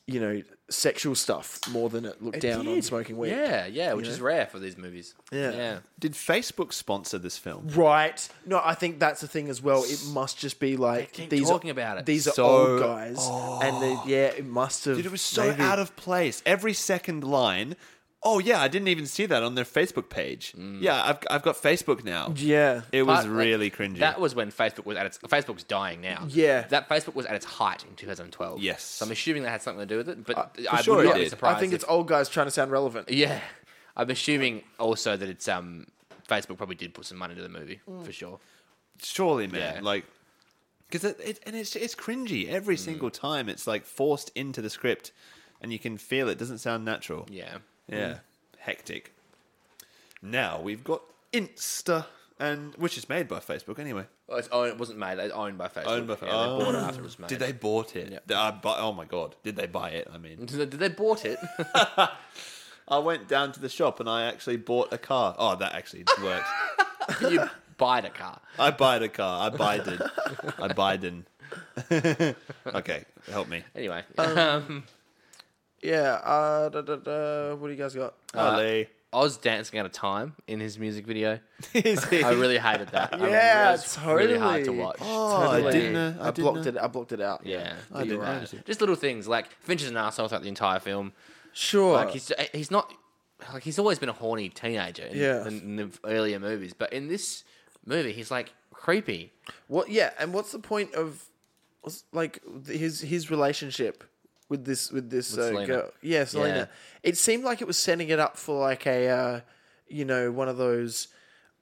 you know sexual stuff more than it looked down on
did.
smoking weed.
Yeah, yeah, which is rare for these movies.
Yeah.
Yeah.
Did Facebook sponsor this film?
Right. No, I think that's the thing as well. It must just be like
keep
these
talking
are,
about it.
These are
So- Oh.
old guys, and they, yeah, it must have.
Dude, it was so
maybe-
out of place. Every second line. Oh yeah, I didn't even see that on their Facebook page. Yeah, I've I've got Facebook now.
Yeah.
It was
But, like,
really cringy.
That was when Facebook was at its Facebook's dying now.
Yeah.
that Facebook was at its height in 2012.
Yes.
so I'm assuming that had something to do with it. But I,
for
would
sure it
not be
did.
surprised.
I think
if-
it's old guys trying to sound relevant.
yeah. I'm assuming also that it's um Facebook probably did put some money into the movie for sure.
surely, man.
Yeah.
Like, because it, it and it's it's cringy every single time. It's like forced into the script, and you can feel it. Doesn't sound natural.
Yeah,
Yeah. Hectic. Now we've got Insta, and which is made by Facebook anyway.
well, it's owned, it wasn't made. It's owned by Facebook.
Owned by
Yeah, they bought it
Oh.
after it was made.
Did they bought it? Did I buy, oh my god! Did they buy it? I mean,
Did they, did they bought it?
I went down to the shop and I actually bought a car. Oh, that actually worked.
Did you buy the car?
I buyed a car. I buyed it. I buyed in. okay, help me.
Anyway,
Um, Yeah. Uh, da, da, da, what do you guys got?
Ali.
I was dancing out of time in his music video.
Is he?
I really hated that. I mean,
Yeah,
it was really hard to
totally.
watch.
Oh, I didn't. Uh, I,
I,
didn't,
blocked
uh,
it. I blocked it out.
Yeah,
I
but you're
didn't notice it.
Just little things like Finch is an asshole throughout the entire film.
Sure.
Like he's eh, he's not like he's always been a horny teenager. In,
Yeah.
in, in the earlier movies, but in this movie, he's like creepy.
what? Yeah. And what's the point of, what's- like, his his relationship with this with this uh,
Selena.
girl? Yeah, Selena. It seemed like it was setting it up for like a, uh, you know, one of those,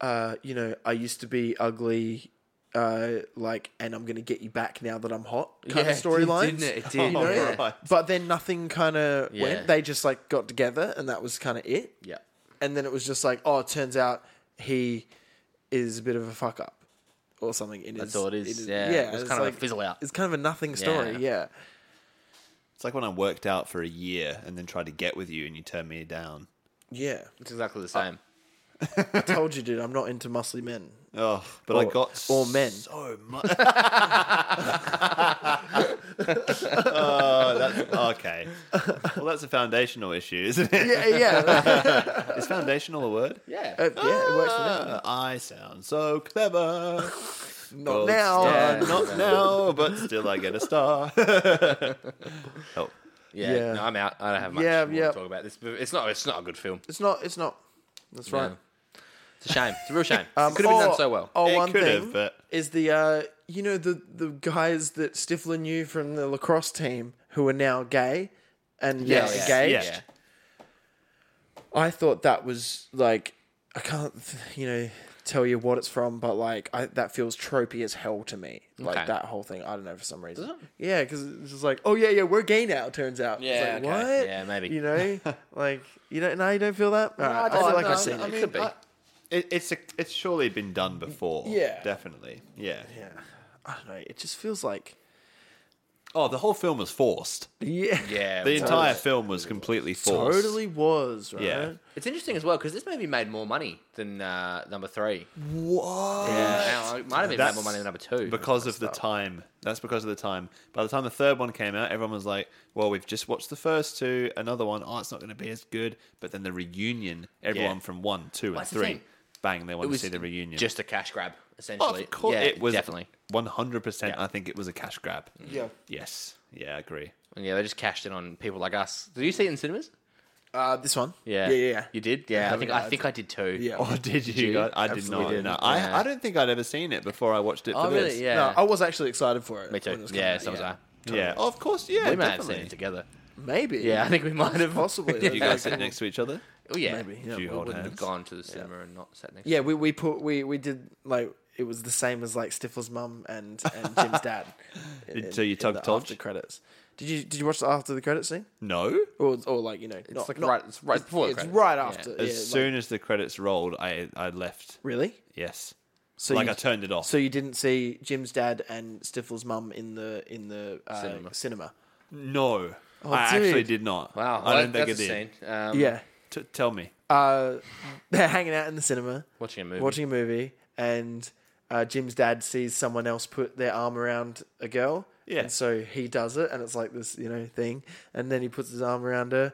uh, you know, I used to be ugly. Uh, like, and I'm gonna get you back now that I'm hot. Kind
Yeah,
of
it did,
storylines,
didn't it? It did,
You know?
yeah.
Right.
But then nothing kind of
Yeah.
went. They just like got together, and that was kind of it.
Yeah,
and then it was just like, oh, it turns out he is a bit of a fuck up or something. It
That's
is-
all it is, yeah. It was
it's
kind of a fizzle out.
It's kind of a nothing story.
Yeah.
Yeah,
It's like when I worked out for a year and then tried to get with you and you turned me down.
yeah.
it's
Uh,
exactly the same.
I told you, dude, I'm not into muscly men.
Oh, but I
Or-
got
or men.
so much. oh, that's okay. Well, that's a foundational issue, isn't it?
Yeah, yeah,
Is foundational a word?
yeah,
Uh, yeah. It works for me.
Uh, I sound so clever.
Not
Gold
now.
star,
Yeah.
not now, but still I get a star. Help.
yeah.
yeah.
No, I'm out. I don't have much
Yeah,
more
yeah.
to talk about this. movie. It's not. It's not a good film.
It's not. It's not. That's right.
No. It's a shame. It's a real shame.
Um,
it could have been
oh,
done so well.
Oh,
It
one
could have,
thing
but-
is the uh, you know the the guys that Stifler knew from the lacrosse team who are now gay and
Yes.
now
Yeah.
engaged.
Yeah.
I thought that was like I can't th- you know tell you what it's from, but like I, that feels tropey as hell to me. Like
Okay.
that whole thing. I don't know for some reason. Yeah, because it's just like oh yeah yeah we're gay now. Turns out. It's
Yeah,
like,
okay.
What?
Yeah, maybe.
You know, like you don't. No, you don't feel that. All right, I,
don't
feel
know.
like
Oh, No,
I've seen
no,
it.
I mean- Could be.
It, it's a, it's surely been done before.
Yeah.
definitely. Yeah.
Yeah. I don't know. It just feels like
Oh, the whole film was forced.
yeah.
Yeah,
The
well,
entire film was completely forced.
Totally was, right?
Yeah.
It's interesting as well because this movie made more money than uh, number three.
What?
Yeah, it might have even made
That's
more money than number two.
Because of the time. That's because of the time. By the time the third one came out, everyone was like, well, we've just watched the first two, another one, oh, it's not going to be as good. But then the reunion, everyone
Yeah.
from one, two, and
that's the
three,
thing.
bang, they
it
want to
was
see the reunion.
just a cash grab,
Oh,
essentially.
of course.
yeah,
it was
definitely.
100%.
Yeah.
I think it was a cash grab.
Yeah.
Yes. Yeah, I agree.
And yeah, they just cashed in on people like us. Did you see it in cinemas?
Uh, this one.
Yeah.
Yeah, yeah, yeah.
You did? Yeah. I
haven't
think
got
I think I did too.
Yeah.
Oh, did you?
you?
guys? I did
Absolutely
not.
didn't,
No, I,
yeah.
I don't think I'd ever seen it before I watched it.
Oh
for
really?
This.
Yeah.
No, I was actually excited for it.
Me
when it
too.
was coming
Yeah,
out,
so was I.
Yeah. Oh, of course. Yeah.
We might have
definitely.
seen it together.
Maybe.
Yeah, I think we might have.
Possibly.
Did you guys sit next to each other?
Oh yeah.
Maybe, yeah.
Do
We
you hold
wouldn't have
hands?
gone to the cinema and not sat next.
Yeah, we, we put we we did like it was the same as like Stifler's mum and and Jim's dad.
Did- so you
in the
tug Todge?
after credits. Did you did you watch the after the credits scene?
No.
Or or like you know, it's
like right- it's right before the
It's
credits.
right
Yeah.
after.
As
yeah, like-
soon as the credits rolled, I I left.
really.
Yes.
So
like
you,
I turned it off.
so you didn't see Jim's dad and Stifler's mum in the in the uh, cinema.
Cinema.
no. I actually
Oh, dude.
did not.
Wow.
I don't
that-
think I
that's a
did.
scene. Um,
Yeah,
T- tell me.
uh, they're hanging out in the cinema,
Watching a movie.
watching a movie, and uh, Jim's dad sees someone else put their arm around a girl.
Yeah.
And so he does it, and it's like this, you know, thing. And then he puts his arm around her,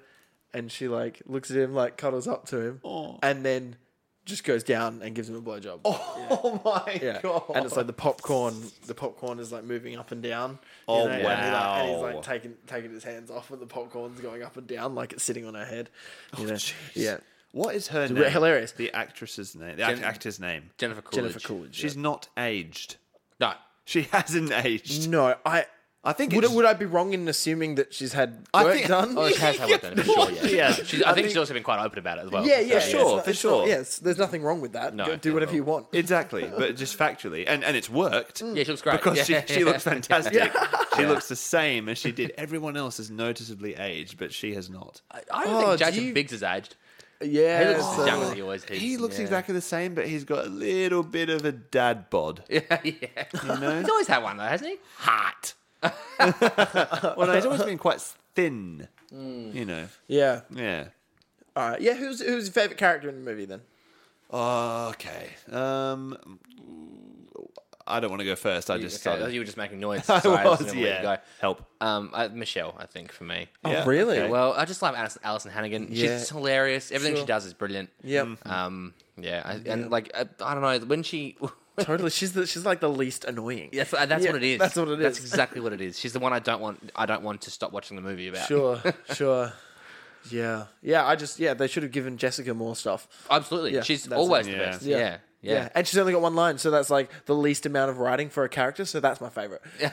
and she like looks at him, like cuddles up to him,
Aw.
and then just goes down and gives him a blowjob. Oh
Oh my
yeah. And it's like the popcorn. The popcorn is like moving up and down. you
Oh,
and he, like- and he's
wow.
like taking taking his hands off, and the popcorn's going up and down like it's sitting on her head. You know? Yeah.
What is her name?
re- hilarious.
The actress's name. The act-
Jen-
actor's name.
Jennifer Coolidge.
Jennifer Coolidge.
She's not aged.
No.
She hasn't aged.
No, I.
I think
Would,
it's,
would I be wrong in assuming that she's had
I
work
think-
done?
Oh, she has had one done for sure. Yeah.
Yeah.
She's, I, think she's also been quite open about it as well.
yeah, yeah,
For sure,
yeah, it's not-
for
it's not-
sure.
yeah, it's- there's nothing wrong with that.
No,
Go- do
not
whatever
at
you want.
exactly, but just factually, and and it's worked.
Mm. Yeah, she looks great.
because
Yeah.
she, she looks fantastic. She looks the same as she did. Everyone else is noticeably aged, but she has not.
I, I don't
Oh,
think
do
Jason
you-
Biggs is aged.
yeah,
He looks
so-
as young as he always is.
He looks
Yeah.
exactly the same, but he's got a little bit of a dad bod.
Yeah, yeah.
know?
He's always had one though, hasn't he?
Hot. well, no, he's always been quite thin.
Hmm.
You know,
yeah.
yeah.
All right. Yeah, who's who's your favorite character in the movie then?
Oh, Okay. Um, I don't want to go first. I just
Okay,
started.
you were just making noise.
I
Sorry,
was,
just gonna let you
yeah.
go.
Help.
Um, I, Michelle, I think for me.
Yeah,
Oh, really?
okay.
Well, I just love Alison, Alison Hannigan.
Yeah.
She's hilarious. Everything
Sure.
she does is brilliant.
Yep.
Um, yeah, I, and like I, I don't know when she.
totally. She's the, she's like the least annoying.
That's, that's
Yeah,
what it is.
that's what it
That's
is.
exactly what it is. She's the one I don't want. I don't want to stop watching the movie about.
Sure, sure. Yeah. Yeah, I just yeah, they should have given Jessica more stuff.
Absolutely.
Yeah,
she's
that's
always
it.
the
Yeah.
best. Yeah. Yeah.
Yeah. And she's only got one line, so that's like the least amount of writing for a character, so that's my favorite. Yeah.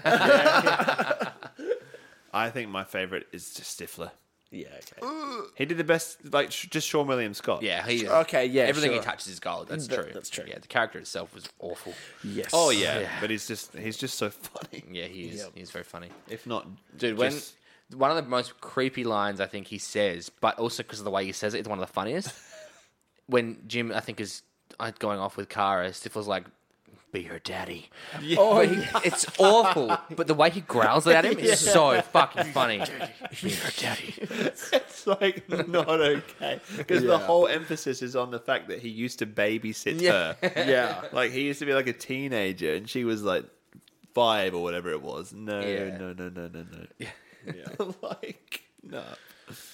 I think my favorite is just Stifler.
okay.
He did the best, like sh- just Sean William Scott.
Yeah, he is.
Okay, yeah,
Everything he
sure.
touches is gold. That's
That-
true.
that's true.
Yeah, the character itself was awful.
Yes.
Oh yeah.
Yeah.
but he's just he's just so funny.
Yeah, he is.
Yep.
He's very funny.
If not,
Dude, when
just-
one of the most creepy lines I think he says, but also because of the way he says it, it's one of the funniest. when Jim, I think, is uh, going off with Kara, Stifler's like, be her daddy. Oh, it's awful. But the way he growls it at him is so fucking funny. Be her daddy.
it's like not okay because the
Yeah.
whole emphasis is on the fact that he used to babysit
Yeah.
her.
Yeah.
Like he used to be like a teenager, and she was like five or whatever it was. No,
Yeah.
no, no, no, no, no. Yeah, like no.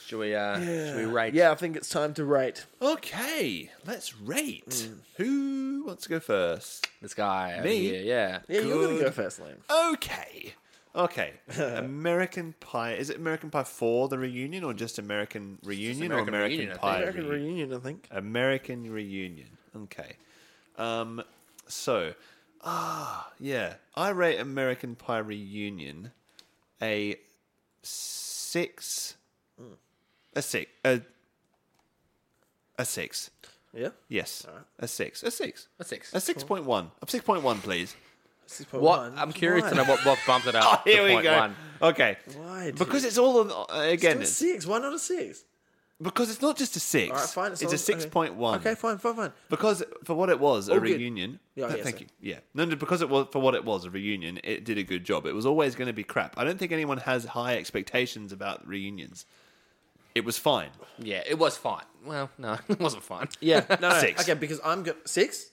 Should we, uh, should we rate?
Yeah, I think it's time to rate.
Okay, let's rate. Mm. Who wants to go first?
This guy. over
Me?
here, Yeah.
Yeah, you're gonna go
Good.
first, Liam.
Okay. Okay. American Pie. Is it American Pie 4, the reunion, or just American Reunion
American
or American
Reunion, I think.
Pie?
American
Reunion?
reunion, I think.
American Reunion. Okay. Um, so, ah, yeah. I rate American Pie Reunion a six. A six. A, a six.
Yeah.
Yes. A six. A six.
A six.
A 6.1. A 6.1, please.
What? I'm curious to know what, what bumped it
Oh,
up.
Here
to
we
point
go.
One.
Okay.
Why, dude?
Because it's all on, uh, again,
Still a
it's-
six. Why not a six?
because it's not just a six.
All right, fine.
It's,
all-
a six point one.
Okay, fine, fine, fine.
Because for what it was, a
All good.
reunion.
Yeah,
No,
yeah,
thank
sorry.
you. Yeah. No, no, because it was for what it was, a reunion. It did a good job. It was always going to be crap. I don't think anyone has high expectations about reunions. It was fine.
Yeah, it was fine. Well, no, it wasn't fine.
Yeah, no, no.
Six.
Okay, because I'm go- six.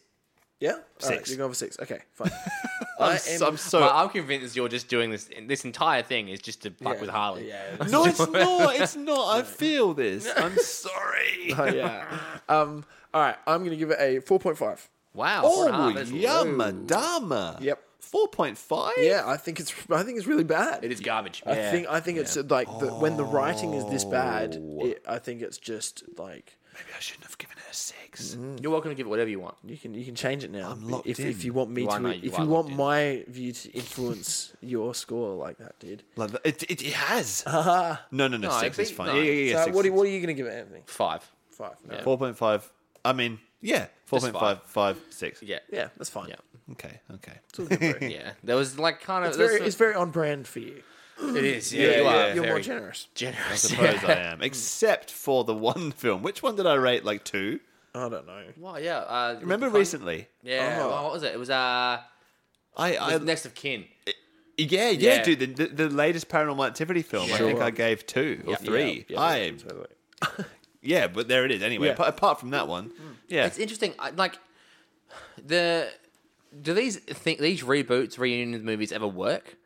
Yeah, All right,
Six.
you're going for six. Okay, fine.
I'm,
I
s-
am-
I'm so.
Well, I'm convinced you're just doing this. This entire thing is just to fuck
Yeah,
with Harley.
Yeah,
no, it's not. It's not. I feel this. I'm sorry.
Oh, yeah. Um. All right. I'm gonna give it a four point five.
Wow. four and a
Oh,
half, that's low.
yumma dama.
Yep.
four point five.
Yeah, I think it's I think it's really bad.
It is garbage.
I
Yeah. Oh.
think I think it's like the, when the writing is this bad, it, I think it's just like
Maybe I shouldn't have given it a six.
You're welcome to give it whatever you want.
you can you can change it now.
I'm locked
if, if
in.
you want me
You are
to,
now- you
if
are
you want
locked in.
my view to influence your score like that, dude.
Like that- it, it, it has. no, no, no,
No,
Six
I
is
think-
fine.
no.
Yeah, yeah, yeah.
so
six,
what, are,
six.
what are you gonna give it, Anthony?
Five.
Five. No.
Four point five. I mean, yeah, four point five five six.
Yeah.
Yeah, that's fine.
Yeah.
Okay. Okay.
It's all good, bro.
Yeah. There was like kind of.
it's very
there's-
it's very on brand for you.
it is. Yeah.
Yeah,
you
yeah.
are.
You're more
very
generous.
I
generous.
suppose I am, except for the one film. Which one did I rate like two?
I don't know.
Well, yeah. Uh,
Remember
fun-
recently?
Yeah.
Oh.
well, what was it? It was uh,
I, I
it was next of kin.
yeah, yeah,
Yeah.
dude. The, the, the latest Paranormal Activity film. I think
Sure.
I gave two or three.
Yeah,
I
totally.
yeah, but there it is. Anyway,
Yeah. Mm.
apart, apart from that one, yeah,
It's interesting. I, like the do these think these reboots, reunions, movies ever work?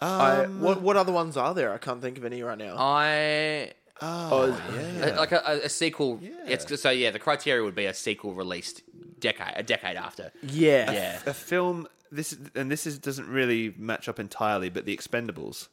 Ah,
I,
Um,
what what other ones are there? I can't think of any right now.
Uh, I
oh, yeah.
like a, a- a sequel. It's so yeah. The criteria would be a sequel released decade a decade after.
yeah.
Yeah.
a film this is- and this is doesn't really match up entirely but the expendables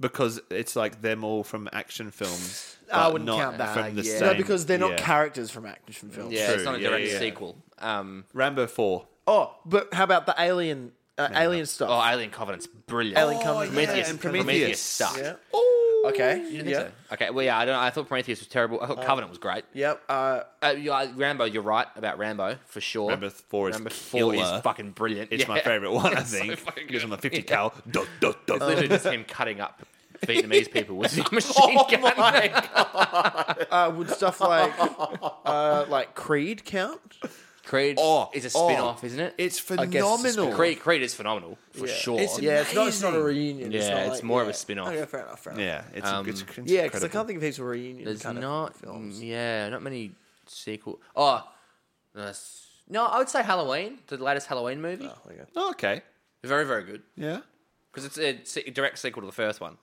because it's like them all from action films
I
but
wouldn't
not
count that.
from the
yeah.
same
No, because they're not
yeah.
characters from action films.
Yeah,
True,
it's not a
yeah,
direct
yeah.
sequel. Um,
rambo 4
Oh, but how about the alien uh, alien stuff?
oh, Alien Covenant's brilliant.
Alien Covenant.
Prometheus,
Yeah, and
Prometheus,
Prometheus.
sucked.
Yeah.
oh
Okay.
You
Yeah.
don't think so? Okay. Well, yeah. I don't. I thought Prometheus was terrible.
Uh,
I thought Covenant was great.
Yep. Uh,
Uh, you- uh, Rambo, you're right about Rambo for sure.
rambo 4 is
Rambo Four
killer.
is fucking brilliant.
it's my
Yeah.
favorite one i
It's so
think
fucking
it's
good.
on the 50
Yeah. Um,
cal duh, duh, duh.
It's literally just him cutting up Vietnamese people with a machine gun.
uh, would stuff like uh, like Creed count?
Creed
Oh,
is a
oh.
spin-off, isn't it?
it's
guess it's a
phenomenal
spin-off.
Creed, Creed is phenomenal for
Yeah.
sure.
It's-
Yeah, it's not, it's not a
Amazing.
reunion. it's,
Yeah,
not
it's
like-
more of a
yeah.
spin-off.
Okay, fair enough. Fair enough.
yeah it's, it's, it's
Yeah, because I
incredible.
can't think of heaps of reunion
There's
kind
not, mm,
of films.
yeah, not many sequel. Oh, that's- no, I would say Halloween, the latest Halloween movie,
Oh, okay.
oh, okay
very, very good
yeah
because it's a se- direct sequel to the first one.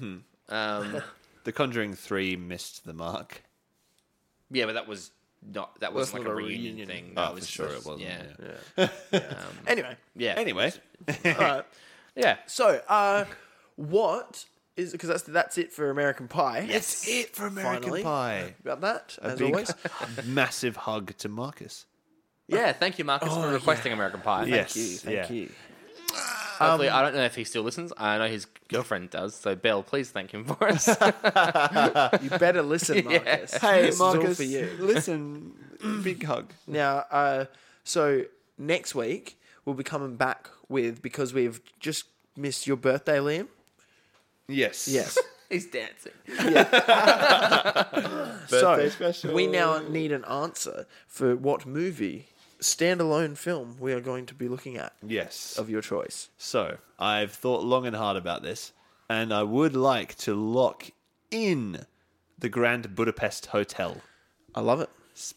Mm-hmm. Um,
the conjuring 3 missed the mark
yeah, but that was not that wasn't
That's
like
not
a
a
reunion,
reunion.
thing.
oh
That
for
was
sure
just-
it wasn't
Yeah,
yeah.
Anyway,
yeah.
anyway
all right.
yeah.
So, uh, what is because that's that's it for American Pie.
That's it for American
Finally.
Pie.
About that,
A
as
big,
always.
massive hug to Marcus.
Yeah, thank you, Marcus, for requesting American Pie.
yes,
Thank you. Thank
yeah.
you.
Hopefully, I don't know if he still listens. I know his girlfriend does. So, Bill, please thank him for us.
You better listen, Marcus.
Hey,
This is all
Marcus,
for you.
listen, big hug.
Now, uh, so next week we'll be coming back with because we've just missed your birthday, Liam.
Yes,
Yes.
He's dancing.
so
Birthday special.
we now need an answer for what movie standalone film we are going to be looking at
yes.
of your choice.
So I've thought long and hard about this, and I would like to lock in the Grand Budapest Hotel.
I love it.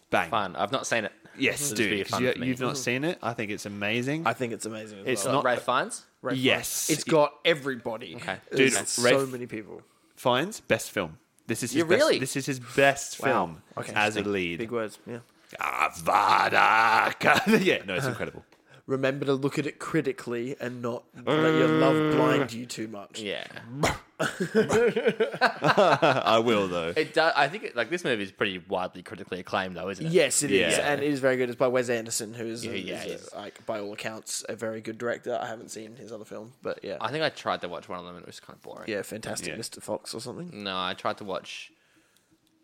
Bang.
Fun. I've not seen it.
Yes,
It'll just be
dude. 'cause
fun for
You,
me.
you've not seen it. I think it's amazing.
I think it's amazing. As
It's
well.
not-
Ray Fiennes.
Ray Fiennes.
yes.
It's got everybody.
Okay.
Dude,
There's
Ray-
so many people.
Fines best film. This is his
You
best,
really?
This is his best film
Okay.
as a lead.
Big words. Yeah.
Avada Kedavra. yeah, no, it's incredible.
Remember to look at it critically and not let your love blind you too much.
Yeah,
I will though.
it does. I think it, like this movie is pretty widely critically acclaimed, though, isn't it?
Yes, it is,
Yeah.
and it is very good. It's by Wes Anderson, who is, a-
yeah,
is a-
he's-
like by all accounts a very good director. I haven't seen his other film, but yeah,
I think I tried to watch one of them and it was kind of boring.
yeah, fantastic,
Yeah.
Mr. Fox or something.
No, I tried to watch.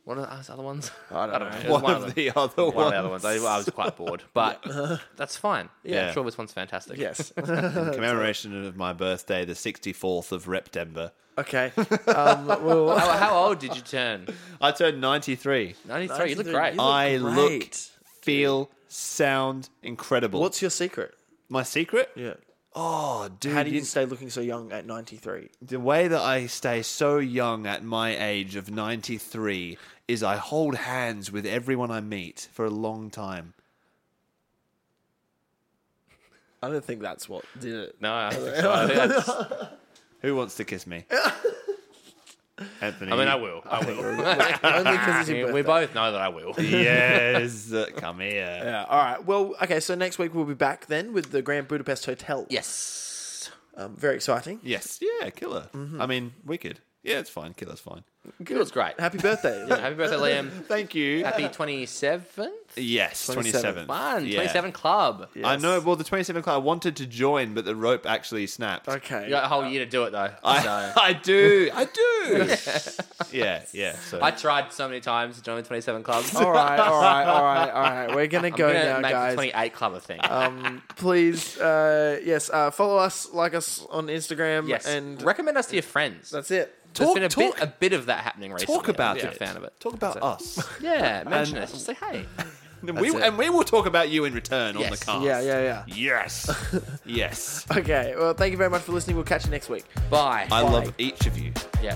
What are those other ones?
I don't, know.
It was
One, of the other
one of
ones.
the other ones. I, I was quite bored, but Uh-huh. that's fine. Yeah,
Yeah.
I'm sure this one's fantastic.
Yes.
In commemoration of my birthday, the 64th of September.
okay. Um, well,
How, how old did you turn?
I turned 93.
93. You look great.
You look
I look,
great.
feel, sound incredible.
What's your secret?
my secret?
Yeah.
Oh, dude,
How do you
you-
stay looking so young at ninety three?
the way that I stay so young at my age of 93 is I hold hands with everyone I meet for a long time.
I don't think that's what did it.
No, I think so. I think that's-
Who wants to kiss me?
Anthony.
I mean, I will. I
Only 'cause it's your
will. we
birthday.
both know that I will.
Yes,
uh,
come here.
Yeah, all right. Well, okay. So next week we'll be back then with the Grand Budapest Hotel.
Yes.
um, very exciting.
Yes, yeah, killer. I mean, wicked. Yeah, it's fine. Killer's fine.
It was great.
Happy birthday!
Happy birthday, Liam.
Thank you.
Happy 27th?
Uh, yes,
27th.
27th.
Fun.
Yeah.
27 Club.
I know. Well, the 27th club, I wanted to join, but the rope actually snapped.
Okay.
You got a whole year to do it, though.
I,
so.
I do. I do. yeah, yeah. So
I tried so many times to join the 27 Club.
All right. All right. All right. All right. We're gonna go
I'm gonna
now,
make
guys.
the 28 Club a thing.
um, please, uh, yes, uh, follow us, like us on Instagram,
yes.
and
And recommend us to your friends.
that's it.
There's
Talk-
been a
talk-
bit, a bit of that happening recently.
talk about
I'm a
it.
fan of it.
Talk about us.
Yeah, mention
And-
us. Just say hey.
And we,
it.
and we will talk about you in return on
Yes.
the cast.
Yeah, yeah,
Yes. yes.
yeah. Okay, well, thank you very much for listening. We'll catch you next week.
Bye.
I
Bye.
love each of you.
yeah.